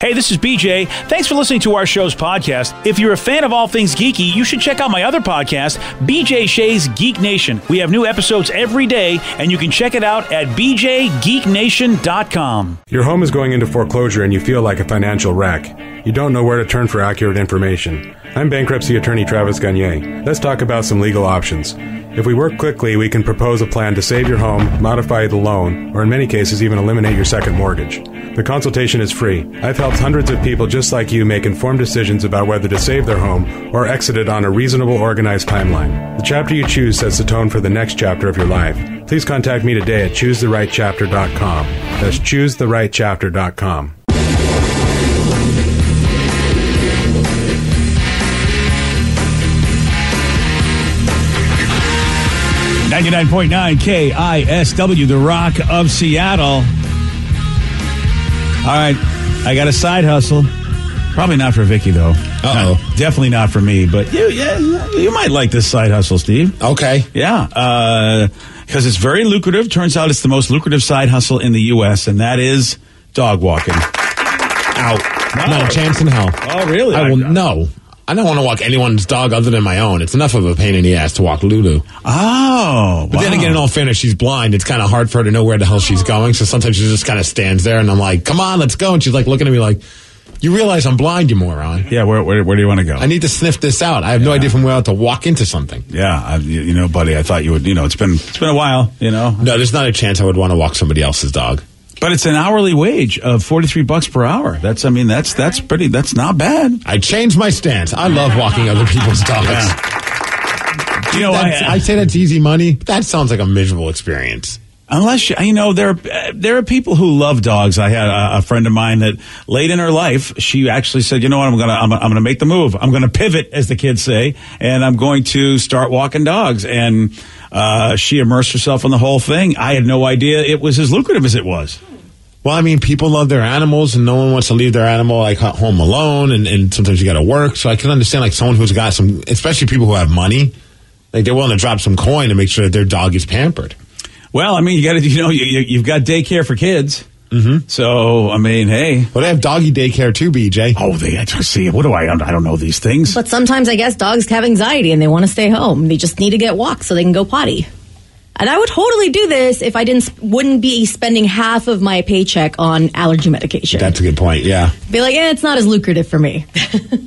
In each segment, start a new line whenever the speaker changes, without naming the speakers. Hey, this is BJ. Thanks for listening to our show's podcast. If you're a fan of all things geeky, you should check out my other podcast, BJ Shays Geek Nation. We have new episodes every day, and you can check it out at bjgeeknation.com.
Your home is going into foreclosure and you feel like a financial wreck. You don't know where to turn for accurate information. I'm bankruptcy attorney Travis Gagne. Let's talk about some legal options. If we work quickly, we can propose a plan to save your home, modify the loan, or in many cases, even eliminate your second mortgage. The consultation is free. I've helped hundreds of people just like you make informed decisions about whether to save their home or exit it on a reasonable, organized timeline. The chapter you choose sets the tone for the next chapter of your life. Please contact me today at choosetherightchapter.com. That's choosetherightchapter.com.
Ninety-nine point nine KISW, the Rock of Seattle. All right, I got a side hustle. Probably not for Vicky though.
Uh-oh.
Not- definitely not for me. But you, yeah, you might like this side hustle, Steve.
Okay.
Yeah, because it's very lucrative. Turns out it's the most lucrative side hustle in the U.S., and that is dog walking.
Out.
No.
No chance in hell.
Oh, really?
I will no. I don't want to walk anyone's dog other than my own. It's enough of a pain in the ass to walk Lulu.
Oh,
But then
wow.
again, in all fairness, she's blind. It's kind of hard for her to know where the hell she's going. So sometimes she just kind of stands there, and I'm like, "Come on, let's go." And she's like looking at me like, "You realize I'm blind, you moron."
yeah. Where, where, where do you want to go?
I need to sniff this out. I have no idea from where to walk into something.
yeah, I, you you know, buddy. I thought you would. You know, it's been it's been a while. You know,
No, there's not a chance I would want to walk somebody else's dog.
but it's an hourly wage of forty three bucks per hour. That's I mean that's that's pretty that's not bad.
I changed my stance. I love walking other people's dogs.
You know,
That's- I,
I,
say that's easy money. but that sounds like a miserable experience.
unless you, you know there are- there are people who love dogs. I had a, a friend of mine that late in her life she actually said, you know what, I'm gonna I'm, I'm gonna make the move. I'm gonna pivot, as the kids say, and I'm going to start walking dogs. And uh, she immersed herself in the whole thing. I had no idea it was as lucrative as it was.
Well, I mean, people love their animals, and no one wants to leave their animal like ho- home alone. And, and sometimes you got to work, so I can understand like someone who's got some, especially people who have money, like they're willing to drop some coin to make sure that their dog is pampered.
Well, I mean, you got to you know you, you, you've got daycare for kids. Mm-hmm. So I mean, hey.
Well, they have doggy daycare too, BJ.
Oh, they I see. What do I? I don't know these things.
But sometimes I guess dogs have anxiety and they want to stay home. They just need to get walked so they can go potty. And I would totally do this if I didn't wouldn't be spending half of my paycheck on allergy medication.
That's a good point. Yeah,
be like, eh, it's not as lucrative for me.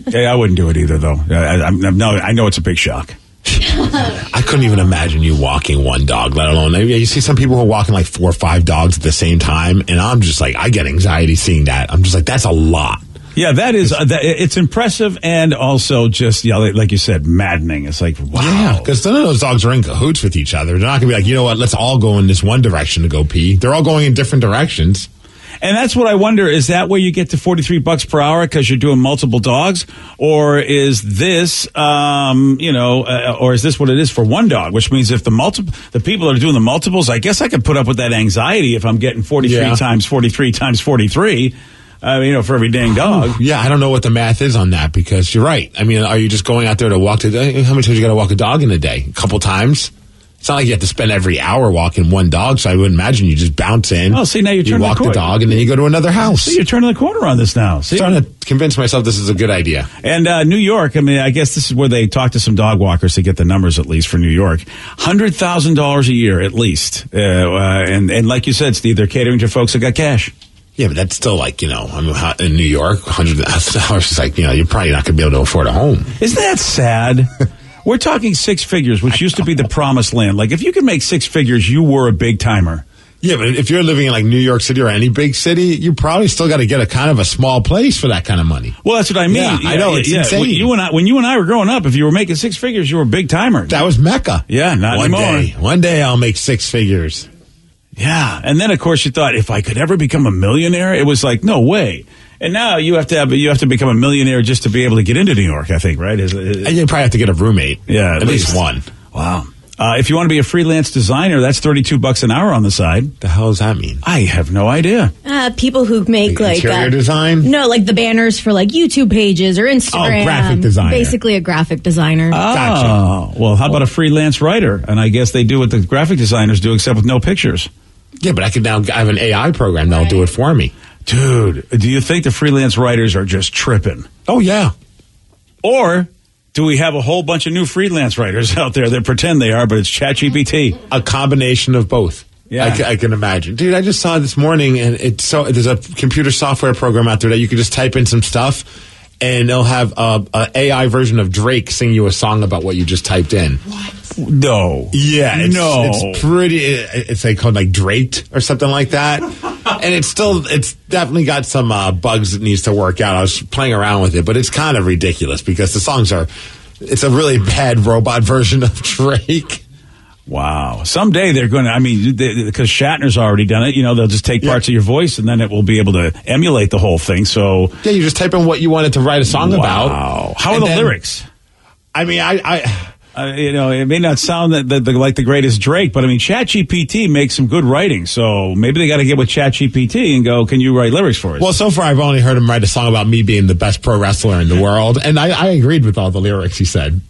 Yeah, I wouldn't do it either, though. I, I, I'm, I'm- no, I know it's a big shock.
I couldn't even imagine you walking one dog, let alone yeah, you see some people who are walking like four or five dogs at the same time, and I'm just like, I get anxiety seeing that. I'm just like, that's a lot.
Yeah, that is uh, that, it's impressive and also just yeah, like, like you said, maddening. It's like wow.
Yeah, because none of those dogs are in cahoots with each other. They're not going to be like, you know what? Let's all go in this one direction to go pee. They're all going in different directions.
and that's what I wonder: is that where you get to forty three bucks per hour because you're doing multiple dogs, or is this um, you know, uh, or is this what it is for one dog? Which means if the multiple the people that are doing the multiples, I guess I could put up with that anxiety if I'm getting forty three
Yeah.
times forty three times forty three. Uh, you know, for every dang dog.
Yeah, I don't know what the math is on that because you're right. I mean, are you just going out there to walk the day? How many times you got to walk a dog in a day? A couple times. It's not like you have to spend every hour walking one dog. So I would imagine you just bounce in.
Oh, see, now you're
you
turning
walk
the
the
corner.
dog and then you go to another house.
See, you're turning the corner on this now. See?
starting to convince myself this is a good idea.
And uh, New York, I mean, I guess this is where they talk to some dog walkers to get the numbers, at least for New York. Hundred thousand dollars a year, at least. Uh, uh, and and like you said, Steve, they're catering to folks that got cash.
Yeah, but that's still like, you know, I mean, how- in New York, $100,000 is like, you know, you're probably not going to be able to afford a home.
Isn't that sad? We're talking six figures, which used to be the promised land. Like, if you could make six figures, you were a big timer.
Yeah, but if you're living in like New York City or any big city, you probably still got to get a kind of a small place for that kind of money.
Well, that's what I mean.
Yeah, I know, it's insane.
When you and I, when you and I were growing up, if you were making six figures, you were a big timer.
That was Mecca.
Yeah, not
one
anymore.
Day, one day I'll make six figures.
yeah, and then of course you thought, if I could ever become a millionaire, it was like no way. And now you have to have you have to become a millionaire just to be able to get into New York. I think right. Is- is-
And you probably have to get a roommate.
Yeah,
at,
at
least.
least.
one.
wow. Uh, if you want to be a freelance designer, that's thirty two bucks an hour on the side.
The hell does that mean?
I have no idea.
Uh, people who make like
interior
uh,
design? Oh,
No, like the banners for like YouTube pages or Instagram.
graphic designer. Uh.
Basically, a graphic designer.
Oh, well, how about a freelance writer? And I guess they do what the graphic designers do, except with no pictures.
Yeah, but I could now I have an AI program that'll do it for me.
Dude, do you think the freelance writers are just tripping?
Oh yeah,
Or do we have a whole bunch of new freelance writers out there that pretend they are, but it's ChatGPT?
a combination of both.
Yeah.
I, ca- I can imagine, dude. I just saw this morning, and it's so there's a computer software program out there that you can just type in some stuff, and they'll have a, a AI version of Drake sing you a song about what you just typed in.
No.
Yeah, it's,
no.
it's pretty. it- It's like called like Drake or something like that, and it's still it's definitely got some uh, bugs that needs to work out. I was playing around with it, but it's kind of ridiculous because the songs are. It's a really bad robot version of Drake.
wow. Someday they're going to, I mean, because Shatner's already done it, you know, they'll just take
Yeah.
parts of your voice and then it will be able to emulate the whole thing. So,
Yeah, you just type in what you wanted to write a song
wow.
about.
How are
and
the
then-
lyrics?
I mean, I, I
Uh, you know, it may not sound that, that, like the greatest Drake, but I mean, ChatGPT makes some good writing. So maybe they got to get with ChatGPT and go, "Can you write lyrics for us?"
well, so far I've only heard him write a song about me being the best pro wrestler in the world, and I, I agreed with all the lyrics he said.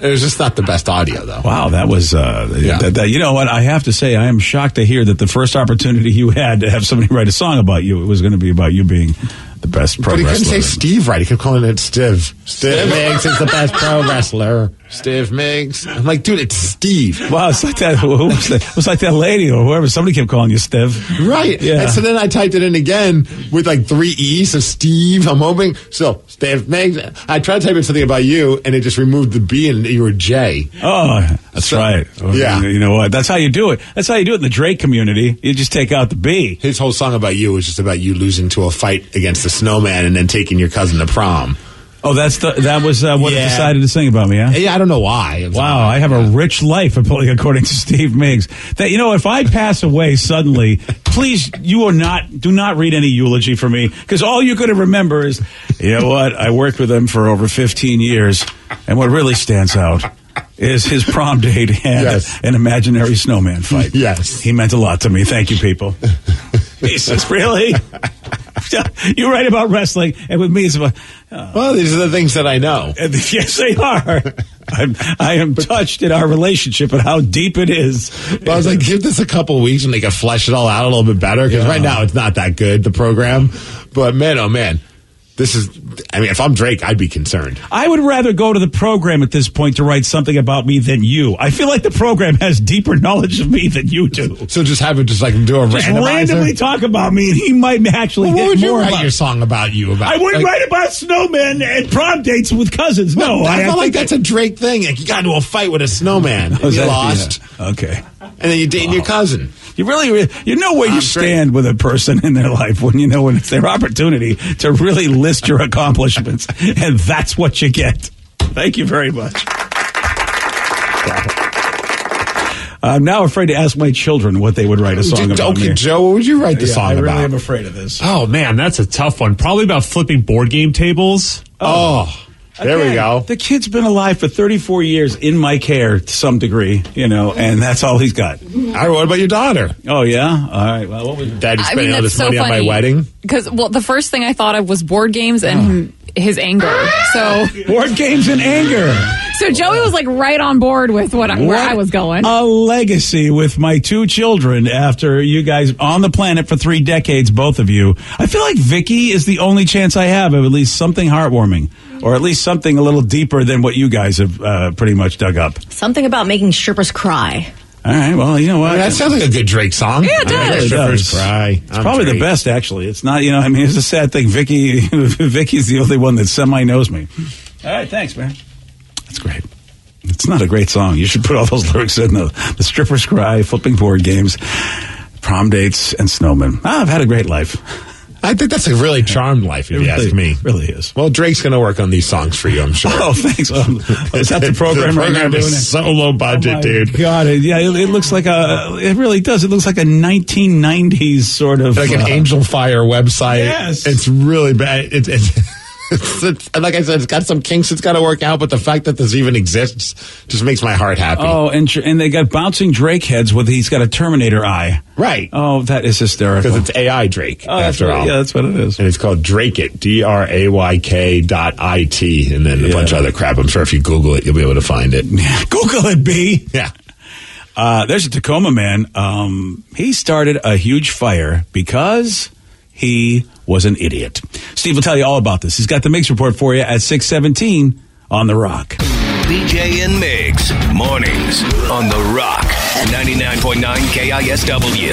It was just not the best audio, though.
wow, that was uh,
Yeah.
that, that- you know what? I have to say, I am shocked to hear that the first opportunity you had to have somebody write a song about you, it was going to be about you being the best pro
But he couldn't
wrestler.
say Steve right. He kept calling it Stiv. Stiv Miggs is the best pro wrestler. Stiv Miggs. I'm like, dude, it's Steve.
Wow, it's like that. Who was that? It was like that lady or whoever. Somebody kept calling you Steve.
Right.
Yeah.
And so then I typed it in again with like three E's. So Steve, I'm hoping. So Steve Miggs. I tried to type in something about you and it just removed the B and you were J.
Oh, that's
So-
right.
Yeah.
You know what? That's how you do it. That's how you do it in the Drake community. You just take out the B.
His whole song about you was just about you losing to a fight against the snowman and then taking your cousin to prom.
Oh, that's the that was uh, what it
Yeah.
decided to sing about me. Huh?
Yeah, I don't know why. It was
Wow, I have a rich life, according to Steve Miggs. That you know, if I pass away suddenly, please, you are not. Do not read any eulogy for me, because all you're going to remember is, you know what? I worked with him for over 15 years, and what really stands out is his prom date and
Yes.
an imaginary snowman fight.
Yes.
he meant a lot to me. Thank you, people. Jesus, really? you write about wrestling, and with me, it's about.
Well, these are the things that I know.
And yes, they are. I'm, I am touched in our relationship and how deep it is.
But I was like, give this a couple weeks and they can flesh it all out a little bit better because right now it's not that good, the program. But man, oh man, this is, I mean, if I'm Drake, I'd be concerned.
I would rather go to the program at this point to write something about me than you. I feel like the program has deeper knowledge of me than you do.
So just have him just like do a
Just
randomizer.
randomly talk about me, and he might actually
Well, what
get
would you
more
write
about
your song about you about?
I wouldn't
Like,
write about snowmen and prom dates with cousins. No,
I,
I,
felt like
think Oh,
that's a Drake thing. Like you got into a fight with a snowman, and
that-
you lost,
yeah. Okay.
and then you're dating your cousin.
You really, re- you know where you
I'm
stand with a person in their life when you know when it's their opportunity to really list your accomplishments, and that's what you get. Thank you very much. I'm now afraid to ask my children what they would write a song about
okay,
me.
Joe, what would you write the
Yeah,
song
I really
about?
am afraid of this.
Oh man, that's a tough one. Probably about flipping board game tables.
oh, there we
Again,
go.
The kid's been alive for 34 years in my care to some degree, you know, and that's all he's got.
All right, what about your daughter?
Oh yeah, all right. Well, what was
Daddy's
I
spending
mean,
all
that's
this
so
money
funny.
on my wedding.
Because, well, the first thing I thought of was board games and him,
Oh.
his anger. So,
board games and anger?
so Joey was like right on board with what I, where I was going.
A legacy with my two children after you guys on the planet for three decades, both of you. I feel like Vicky is the only chance I have of at least something heartwarming, or at least something a little deeper than what you guys have uh, pretty much dug up.
Something about making strippers cry.
All right. Well, you know what?
that sounds like a good Drake song. Yeah,
it does.
It
Strippers
does.
cry.
It's probably the best, actually. It's not, you know, I mean, it's a sad thing. Vicky, Vicky's the only one that semi knows me. All right, thanks, man. That's great. It's not a great song. You should put all those lyrics in the, the strippers cry, flipping board games, prom dates, and snowmen. Ah, I've had a great life.
I think that's a really charmed life, if you
really,
ask me.
really is.
Well, Drake's going to work on these songs for you, I'm sure.
Oh, thanks. Um, is that the program?
the
right now
program
doing it? Oh,
is so low budget,
my
dude.
God, it, yeah, it, it looks like a. It really does. It looks like a 1990s sort of
Like an
uh,
Angel Fire website.
Yes.
It's really bad. It, it, it's, it's, and like I said, it's got some kinks it's got to work out, but the fact that this even exists just makes my heart happy.
Oh, and tr- and they got bouncing Drake heads with he's got a Terminator eye.
Right.
Oh, that is hysterical.
Because it's AI Drake,
oh, that's
after
what,
all.
yeah, that's what it is.
and it's called Drake It, D R A Y K dot I T, and then a
Yeah.
bunch of other crap. I'm sure if you Google it, you'll be able to find it.
Google it, B.
Yeah.
Uh, there's a Tacoma man. Um, he started a huge fire because he was an idiot. Steve will tell you all about this. He's got the mix report for you at 617 on The Rock.
BJ and Migs, mornings on The Rock, 99.9 KISW.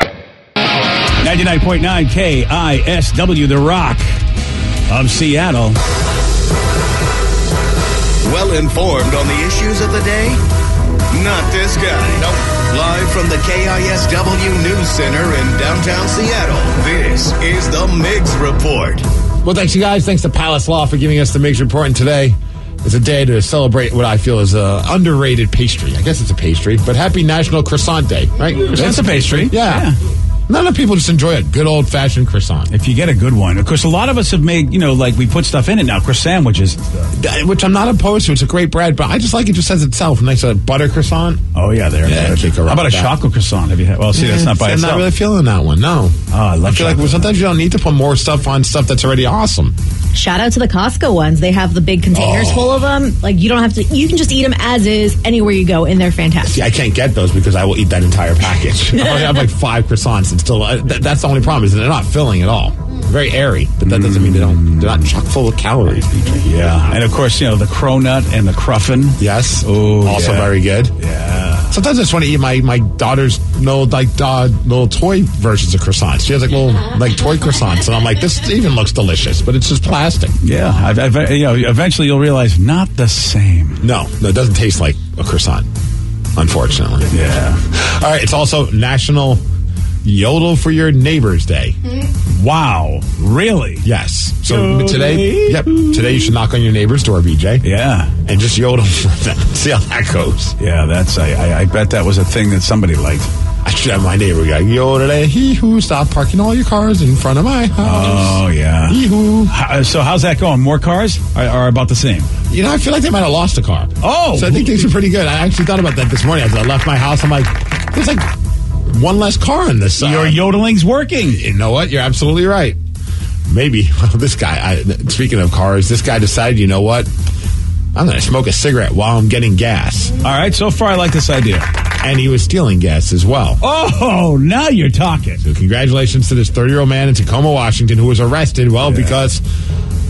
99.9 KISW, The Rock of Seattle.
Well informed on the issues of the day? Not this guy. Nope. Live from the KISW News Center in downtown Seattle, this is the Migs Report.
Well, thanks, you guys. Thanks to Palace Law for giving us the Migs Report. And today is a day to celebrate what I feel is a underrated pastry. I guess it's a pastry, but happy National Croissant Day, right?
That's a pastry.
Yeah. Not enough people just enjoy a good old fashioned croissant,
If you get a good one, of course, a lot of us have made, you know, like we put stuff in it now, croissant sandwiches and stuff.
which I'm not opposed to. It's a great bread, but I just like it just as itself. Nice uh, butter croissant.
Oh yeah, there.
Yeah, I think
How
around
about a
that.
chocolate croissant? Have you had? Well, see, that's not by
I'm
itself.
not really feeling that one. No.
Oh, I love
I feel like
chocolate.
sometimes you don't need to put more stuff on stuff that's already awesome.
Shout out to the Costco ones. They have the big containers
Oh.
full of them. Like you don't have to. You can just eat them as is anywhere you go, and they're fantastic.
See, I can't get those because I will eat that entire package. I only have like five croissants and still, uh, th- that's the only problem is that they're not filling at all. Very airy, but that doesn't mean they don't, they're not chock full of calories.
yeah, and of course, you know the cronut and the cruffin.
Yes.
Oh,
also
yeah.
very good.
Yeah.
Sometimes I just want to eat my, my daughter's little like uh, little toy versions of croissants. She has like little like toy croissants, and I'm like, this even looks delicious, but it's just plastic.
Yeah, I've, I've, you know, eventually you'll realize not the same.
No, no, it doesn't taste like a croissant, unfortunately.
Yeah.
All right, it's also National Yodel for Your Neighbors Day.
Wow. Really?
Yes. So today, yep, today you should knock on your neighbor's door, BJ,
Yeah.
and just yodel for them. See how that goes.
Yeah. That's. I, I. I bet that was a thing that somebody liked.
I should have my neighbor go, yodel, hee hoo, stop parking all your cars in front of my house.
Oh yeah.
Hee hoo.
How, uh, so how's that going? More cars are, are about the same.
You know, I feel like they might have lost a car.
Oh.
So I think things are pretty good. I actually thought about that this morning as I left my house. I'm like, there's like one less car in this. uh,
Your yodeling's working.
you know what? You're absolutely right. Maybe well, this guy. I, speaking of cars, this guy decided. You know what? I'm going to smoke a cigarette while I'm getting gas,
All right. So far, I like this idea.
and he was stealing gas as well.
Oh, now you're talking.
So congratulations to this 30 year old man in Tacoma, Washington, who was arrested. Well,
Yeah.
because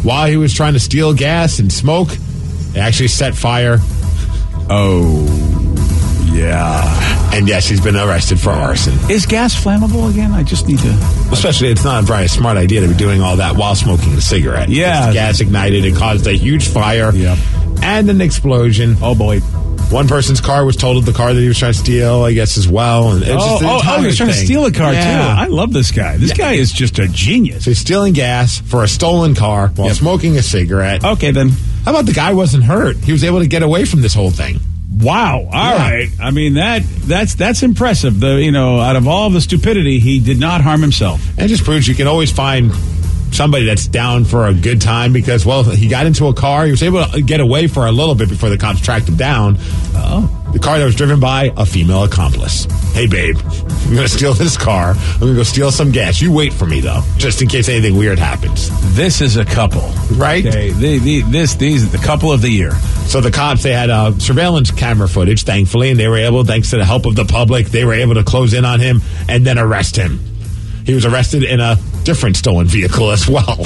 while he was trying to steal gas and smoke, it actually set fire.
Oh. Yeah.
And yes, he's been arrested for arson.
Is gas flammable again? I just need to.
Especially, it's not a very smart idea to be doing all that while smoking a cigarette.
Yeah.
It's gas ignited. It caused a huge fire.
Yep.
And an explosion.
Oh boy.
One person's car was totaled the car that he was trying to steal, I guess, as well. And it was
Oh,
just an
oh, oh,
entire
you're trying to
thing.
steal a car
Yeah.
too. I love this guy. This guy is just a genius.
so he's stealing gas for a stolen car while
Yep.
smoking a cigarette.
Okay then.
How about the guy wasn't hurt? He was able to get away from this whole thing.
Wow. All right.
Yeah.
I mean that that's that's impressive. The you know out of all the stupidity, he did not harm himself.
And it just proves you can always find somebody that's down for a good time because, well, he got into a car. He was able to get away for a little bit before the cops tracked him down.
Oh.
The car that was driven by a female accomplice. Hey, babe, I'm going to steal this car. I'm going to go steal some gas. You wait for me, though, just in case anything weird happens.
This is a couple,
right?
Okay, the, the, this these the couple of the year.
So the cops they had uh, surveillance camera footage, thankfully, and they were able, thanks to the help of the public, they were able to close in on him and then arrest him. He was arrested in a different stolen vehicle as well.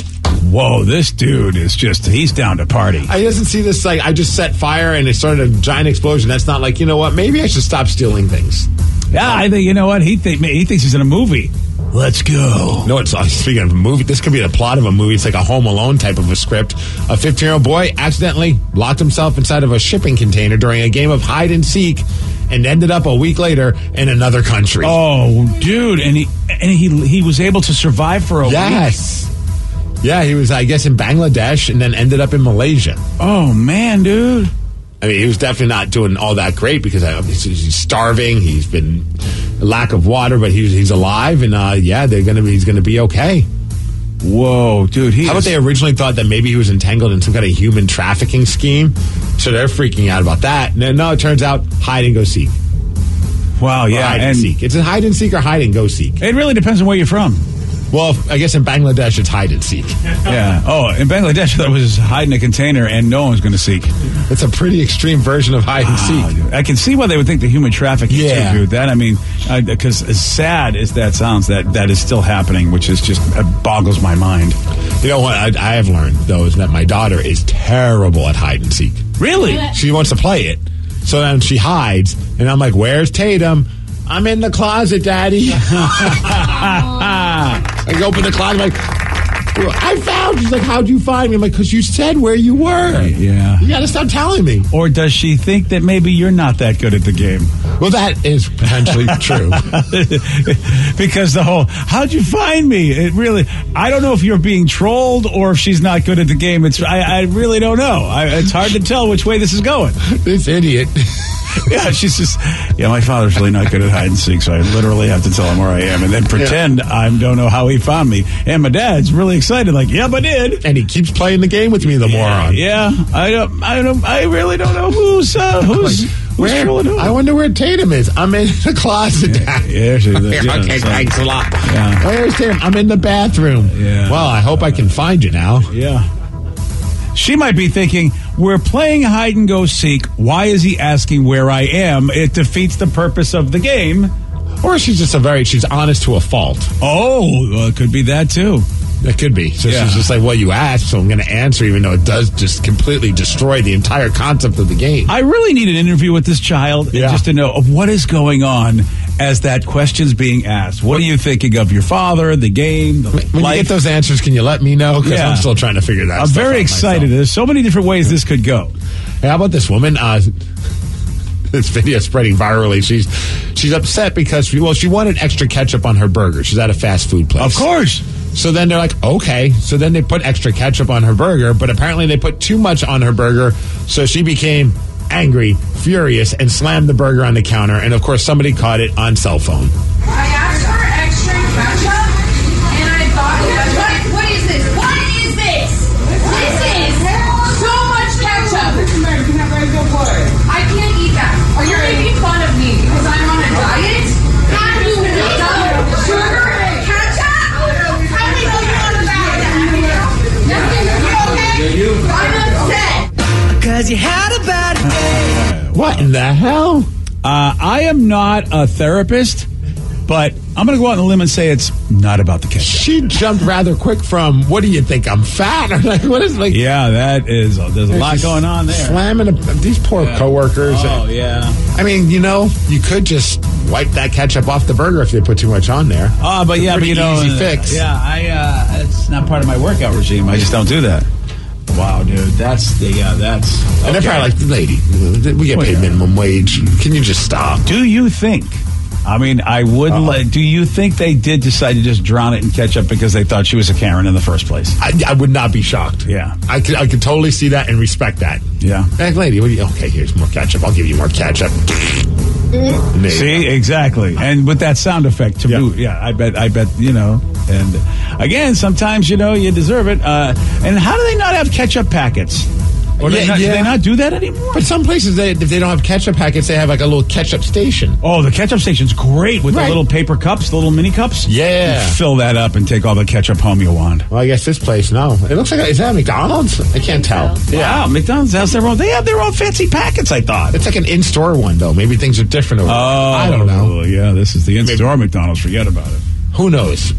Whoa, this dude is just, he's down to party.
I doesn't see this like I just set fire and it started a giant explosion. That's not like, you know what, maybe I should stop stealing things.
Yeah, I think you know what he think, he thinks he's in a movie. Let's go.
No, it's uh, speaking of a movie. This could be the plot of a movie. It's like a Home Alone type of a script. A 15 year old boy accidentally locked himself inside of a shipping container during a game of hide and seek, and ended up a week later in another country.
Oh, dude, and he and he he was able to survive for a
yes.
week.
Yeah, he was, I guess, in Bangladesh and then ended up in Malaysia.
Oh man, dude.
I mean, he was definitely not doing all that great because I, obviously he's starving. He's been lack of water, but he's he's alive, and uh, yeah, they're gonna be he's gonna be okay.
Whoa, dude. He
How
is-
about they originally thought that maybe he was entangled in some kind of human trafficking scheme, so they're freaking out about that. And then, no, it turns out hide and go seek.
Wow,
Or
yeah,
hide and,
and
seek. It's a hide and seek or hide and go seek.
it really depends on where you're from.
Well, if- I guess in Bangladesh it's hide and seek.
Yeah. Oh, in Bangladesh, that was hiding a container, and no one's going to seek.
It's a pretty extreme version of hide and
Wow,
seek.
dude. I can see why they would think the human trafficking
Yeah.
too, dude. That I mean, because as sad as that sounds, that that is still happening, which is just uh, boggles my mind.
You know what I, I have learned though is that my daughter is terrible at hide and seek.
Really?
She wants to play it, so then she hides, and I'm like, "Where's Tatum?" I'm in the closet, Daddy. I open the closet, I'm like, I found. She's like, "How'd you find me?" I'm like, "Cause you said where you were."
Yeah.
You gotta stop telling me.
Or does she think that maybe you're not that good at the game?
Well, that is potentially true.
because the whole "How'd you find me?" It really, I don't know if you're being trolled or if she's not good at the game. It's I, I really don't know. I, it's hard to tell which way this is going.
this idiot.
Yeah, she's just yeah. My father's really not good at hide and seek, so I literally have to tell him where I am and then pretend I don't know how he found me. And my dad's really excited, like, "Yep, I did."
And he keeps playing the game with me, the moron.
Yeah, I don't, I don't, I really don't know who's uh, who's who's
Where-
trolling who.
I wonder where Tatum is. I'm in the closet, Daddy.
yeah, she-
Okay,
yeah,
okay,
so-
thanks a lot.
Yeah.
Where's Tim? I'm in the bathroom.
Yeah.
Well, I hope I can find you now.
Yeah. She might be thinking, we're playing hide and go seek. Why is he asking where I am? It defeats the purpose of the game.
Or she's just a very she's honest to a fault.
Oh, well, it could be that too.
That could be. So
Yeah.
she's just like, well, you asked, so I'm going to answer, even though it does just completely destroy the entire concept of the game.
I really need an interview with this child
Yeah.
just to know of what is going on as that question's being asked. What are you thinking of your father, the game, the
When
life?
you get those answers, can you let me know? Because
Yeah.
I'm still trying to figure that.
I'm
stuff
very
out
excited.
myself.
There's so many different ways this could go.
Hey, how about this woman? Uh, this video spreading virally. She's she's upset because she, well, she wanted extra ketchup on her burger. She's at a fast food place.
Of course.
So then they're like, okay. So then they put extra ketchup on her burger, but apparently they put too much on her burger. So she became angry, furious, and slammed the burger on the counter. And of course, somebody caught it on cell phone.
I asked for extra ketchup, and I thought, what, what is this? What is this? This is so much ketchup. I can't eat that. Are you making fun of me because I'm on a diet? How do you double sugar and ketchup? How do you get on a diet? Nothing. You okay? I'm upset.
Cause you had a bad
What in the hell?
Uh, I am not a therapist, but I'm going to go out on a limb and say it's not about the ketchup.
She jumped rather quick from "What do you think I'm fat?" Or like, what is like?
Yeah, that is. uh, There's a lot
She's
going on there.
Slamming a, these poor coworkers.
Oh yeah.
I mean, you know, you could just wipe that ketchup off the burger if they put too much on there.
Oh, but
It's a
yeah, but
pretty
you know,
easy
uh,
fix.
Yeah, I. Uh, it's not part of my workout regime. I just don't do that. Wow, dude, that's the. Yeah, that's.
And they're
okay.
probably like, "Lady, we get
Well,
paid
yeah.
minimum wage. Can you just stop?"
Do you think? I mean, I would. Let, do you think they did decide to just drown it in ketchup because they thought she was a Karen in the first place?
I, I would not be shocked.
Yeah.
I could, I could totally see that and respect that.
Yeah.
Like, lady, what do you, okay, here's more ketchup. I'll give you more ketchup. Maybe.
See, exactly, and with that sound effect to
Yeah.
boot. Yeah, I bet. I bet you know. And again, sometimes you know you deserve it. Uh, and how do they not have ketchup packets? Or they not- do they not do that anymore?
But some places, they, if they don't have ketchup packets, they have like a little ketchup station.
Oh, the ketchup station's great with
Right.
the little paper cups, the little mini cups.
Yeah.
You fill that up and take all the ketchup home you want.
Well, I guess this place, no. It looks like, is that a McDonald's? I can't tell.
Yeah, McDonald's has their own. They have their own fancy packets. I thought
it's like an in-store one though. Maybe things are different. Over
Oh,
there. I don't know.
Yeah, this is the in-store McDonald's. Forget about it.
Who knows?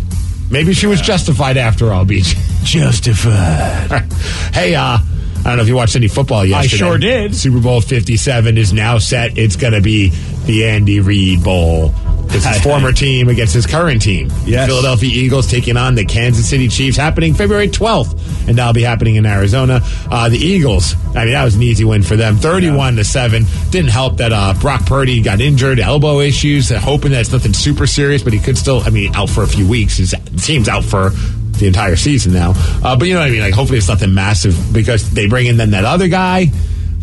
Maybe she was justified after all, Beach. Justified. hey, uh, I don't know if you watched any football yesterday.
sure
did. Super Bowl 57 is now set. It's going to be the Andy Reid Bowl. It's his former team against his current team. Yeah. Philadelphia Eagles taking on the Kansas City Chiefs happening February 12th, and that'll be happening in Arizona. Uh, the Eagles, I mean, that was an easy win for them 31 to 7. Didn't help that uh, Brock Purdy got injured, elbow issues, uh, hoping that it's nothing super serious, but he could still, I mean, out for a few weeks. His team's out for the entire season now. Uh, but you know what I mean? Like, hopefully it's nothing massive because they bring in then that other guy.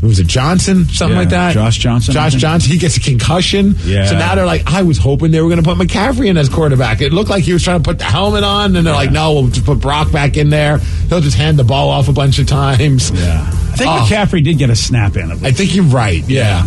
Who was it Johnson? Something
Yeah,
like that.
Josh Johnson, I
Josh
think.
Johnson. He gets a concussion.
Yeah.
So now they're like, I was hoping they were going to put McCaffrey in as quarterback. It looked like he was trying to put the helmet on, and they're like, no, we'll just put Brock back in there. He'll just hand the ball off a bunch of times. Yeah.
I think McCaffrey did get a snap in.
I think you're right. Yeah.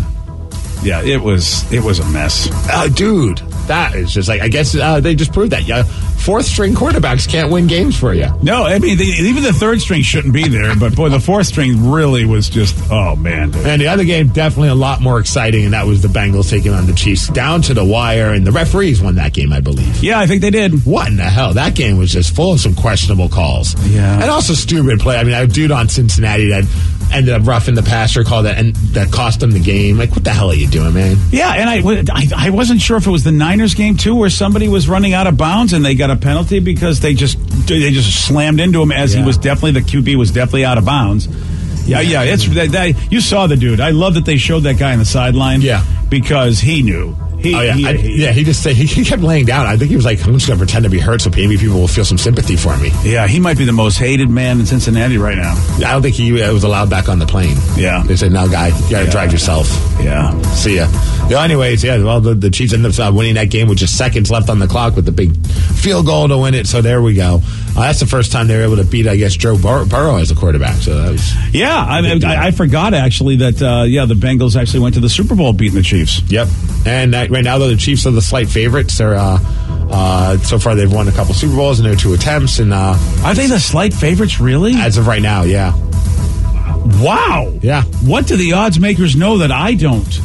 Yeah, it was it was a mess.
Oh, dude, that is just like I guess uh, they just proved that. Yeah, fourth string quarterbacks can't win games for you.
No, I mean the, even the third string shouldn't be there, but boy, the fourth string really was just oh man. dude.
And the other game, definitely a lot more exciting, and that was the Bengals taking on the Chiefs down to the wire, and the referees won that game, I believe.
Yeah, I think they did.
What in the hell? That game was just full of some questionable calls.
Yeah.
And also stupid play. I mean, a dude on Cincinnati that ended up roughing the passer call that and that cost them the game. Like, what the hell are you doing, man?
Yeah, and I, wa- I I wasn't sure if it was the Niners game too, where somebody was running out of bounds and they got a penalty because they just they just slammed into him as he was definitely the QB was definitely out of bounds. Yeah, yeah, it's that, that you saw the dude. I love that they showed that guy on the sideline. Yeah, because he knew. He,
oh yeah,
he-
I-
he-
yeah. He just said he, he kept laying down. I think he was like, I'm just gonna pretend to be hurt so maybe people will feel some sympathy for me.
yeah, he might be the most hated man in Cincinnati right now.
I don't think he uh, was allowed back on the plane.
Yeah.
They said, no, guy, you gotta drive yourself.
Yeah.
See ya. Yeah, anyways, yeah, well, the, the Chiefs ended up uh, winning that game with just seconds left on the clock with the big field goal to win it. So there we go. Uh, that's the first time they were able to beat, I guess, Joe Bur- Burrow as a quarterback. So that was.
Yeah, I, I, I forgot actually that. Uh, yeah, the Bengals actually went to the Super Bowl beating the Chiefs.
Yep. And that, right now, though, the Chiefs are the slight favorites. They're, uh, uh, so far, they've won a couple Super Bowls in their two attempts. And uh,
Are they the slight favorites, really?
as of right now, yeah.
Wow.
Yeah.
What do the odds makers know that I don't?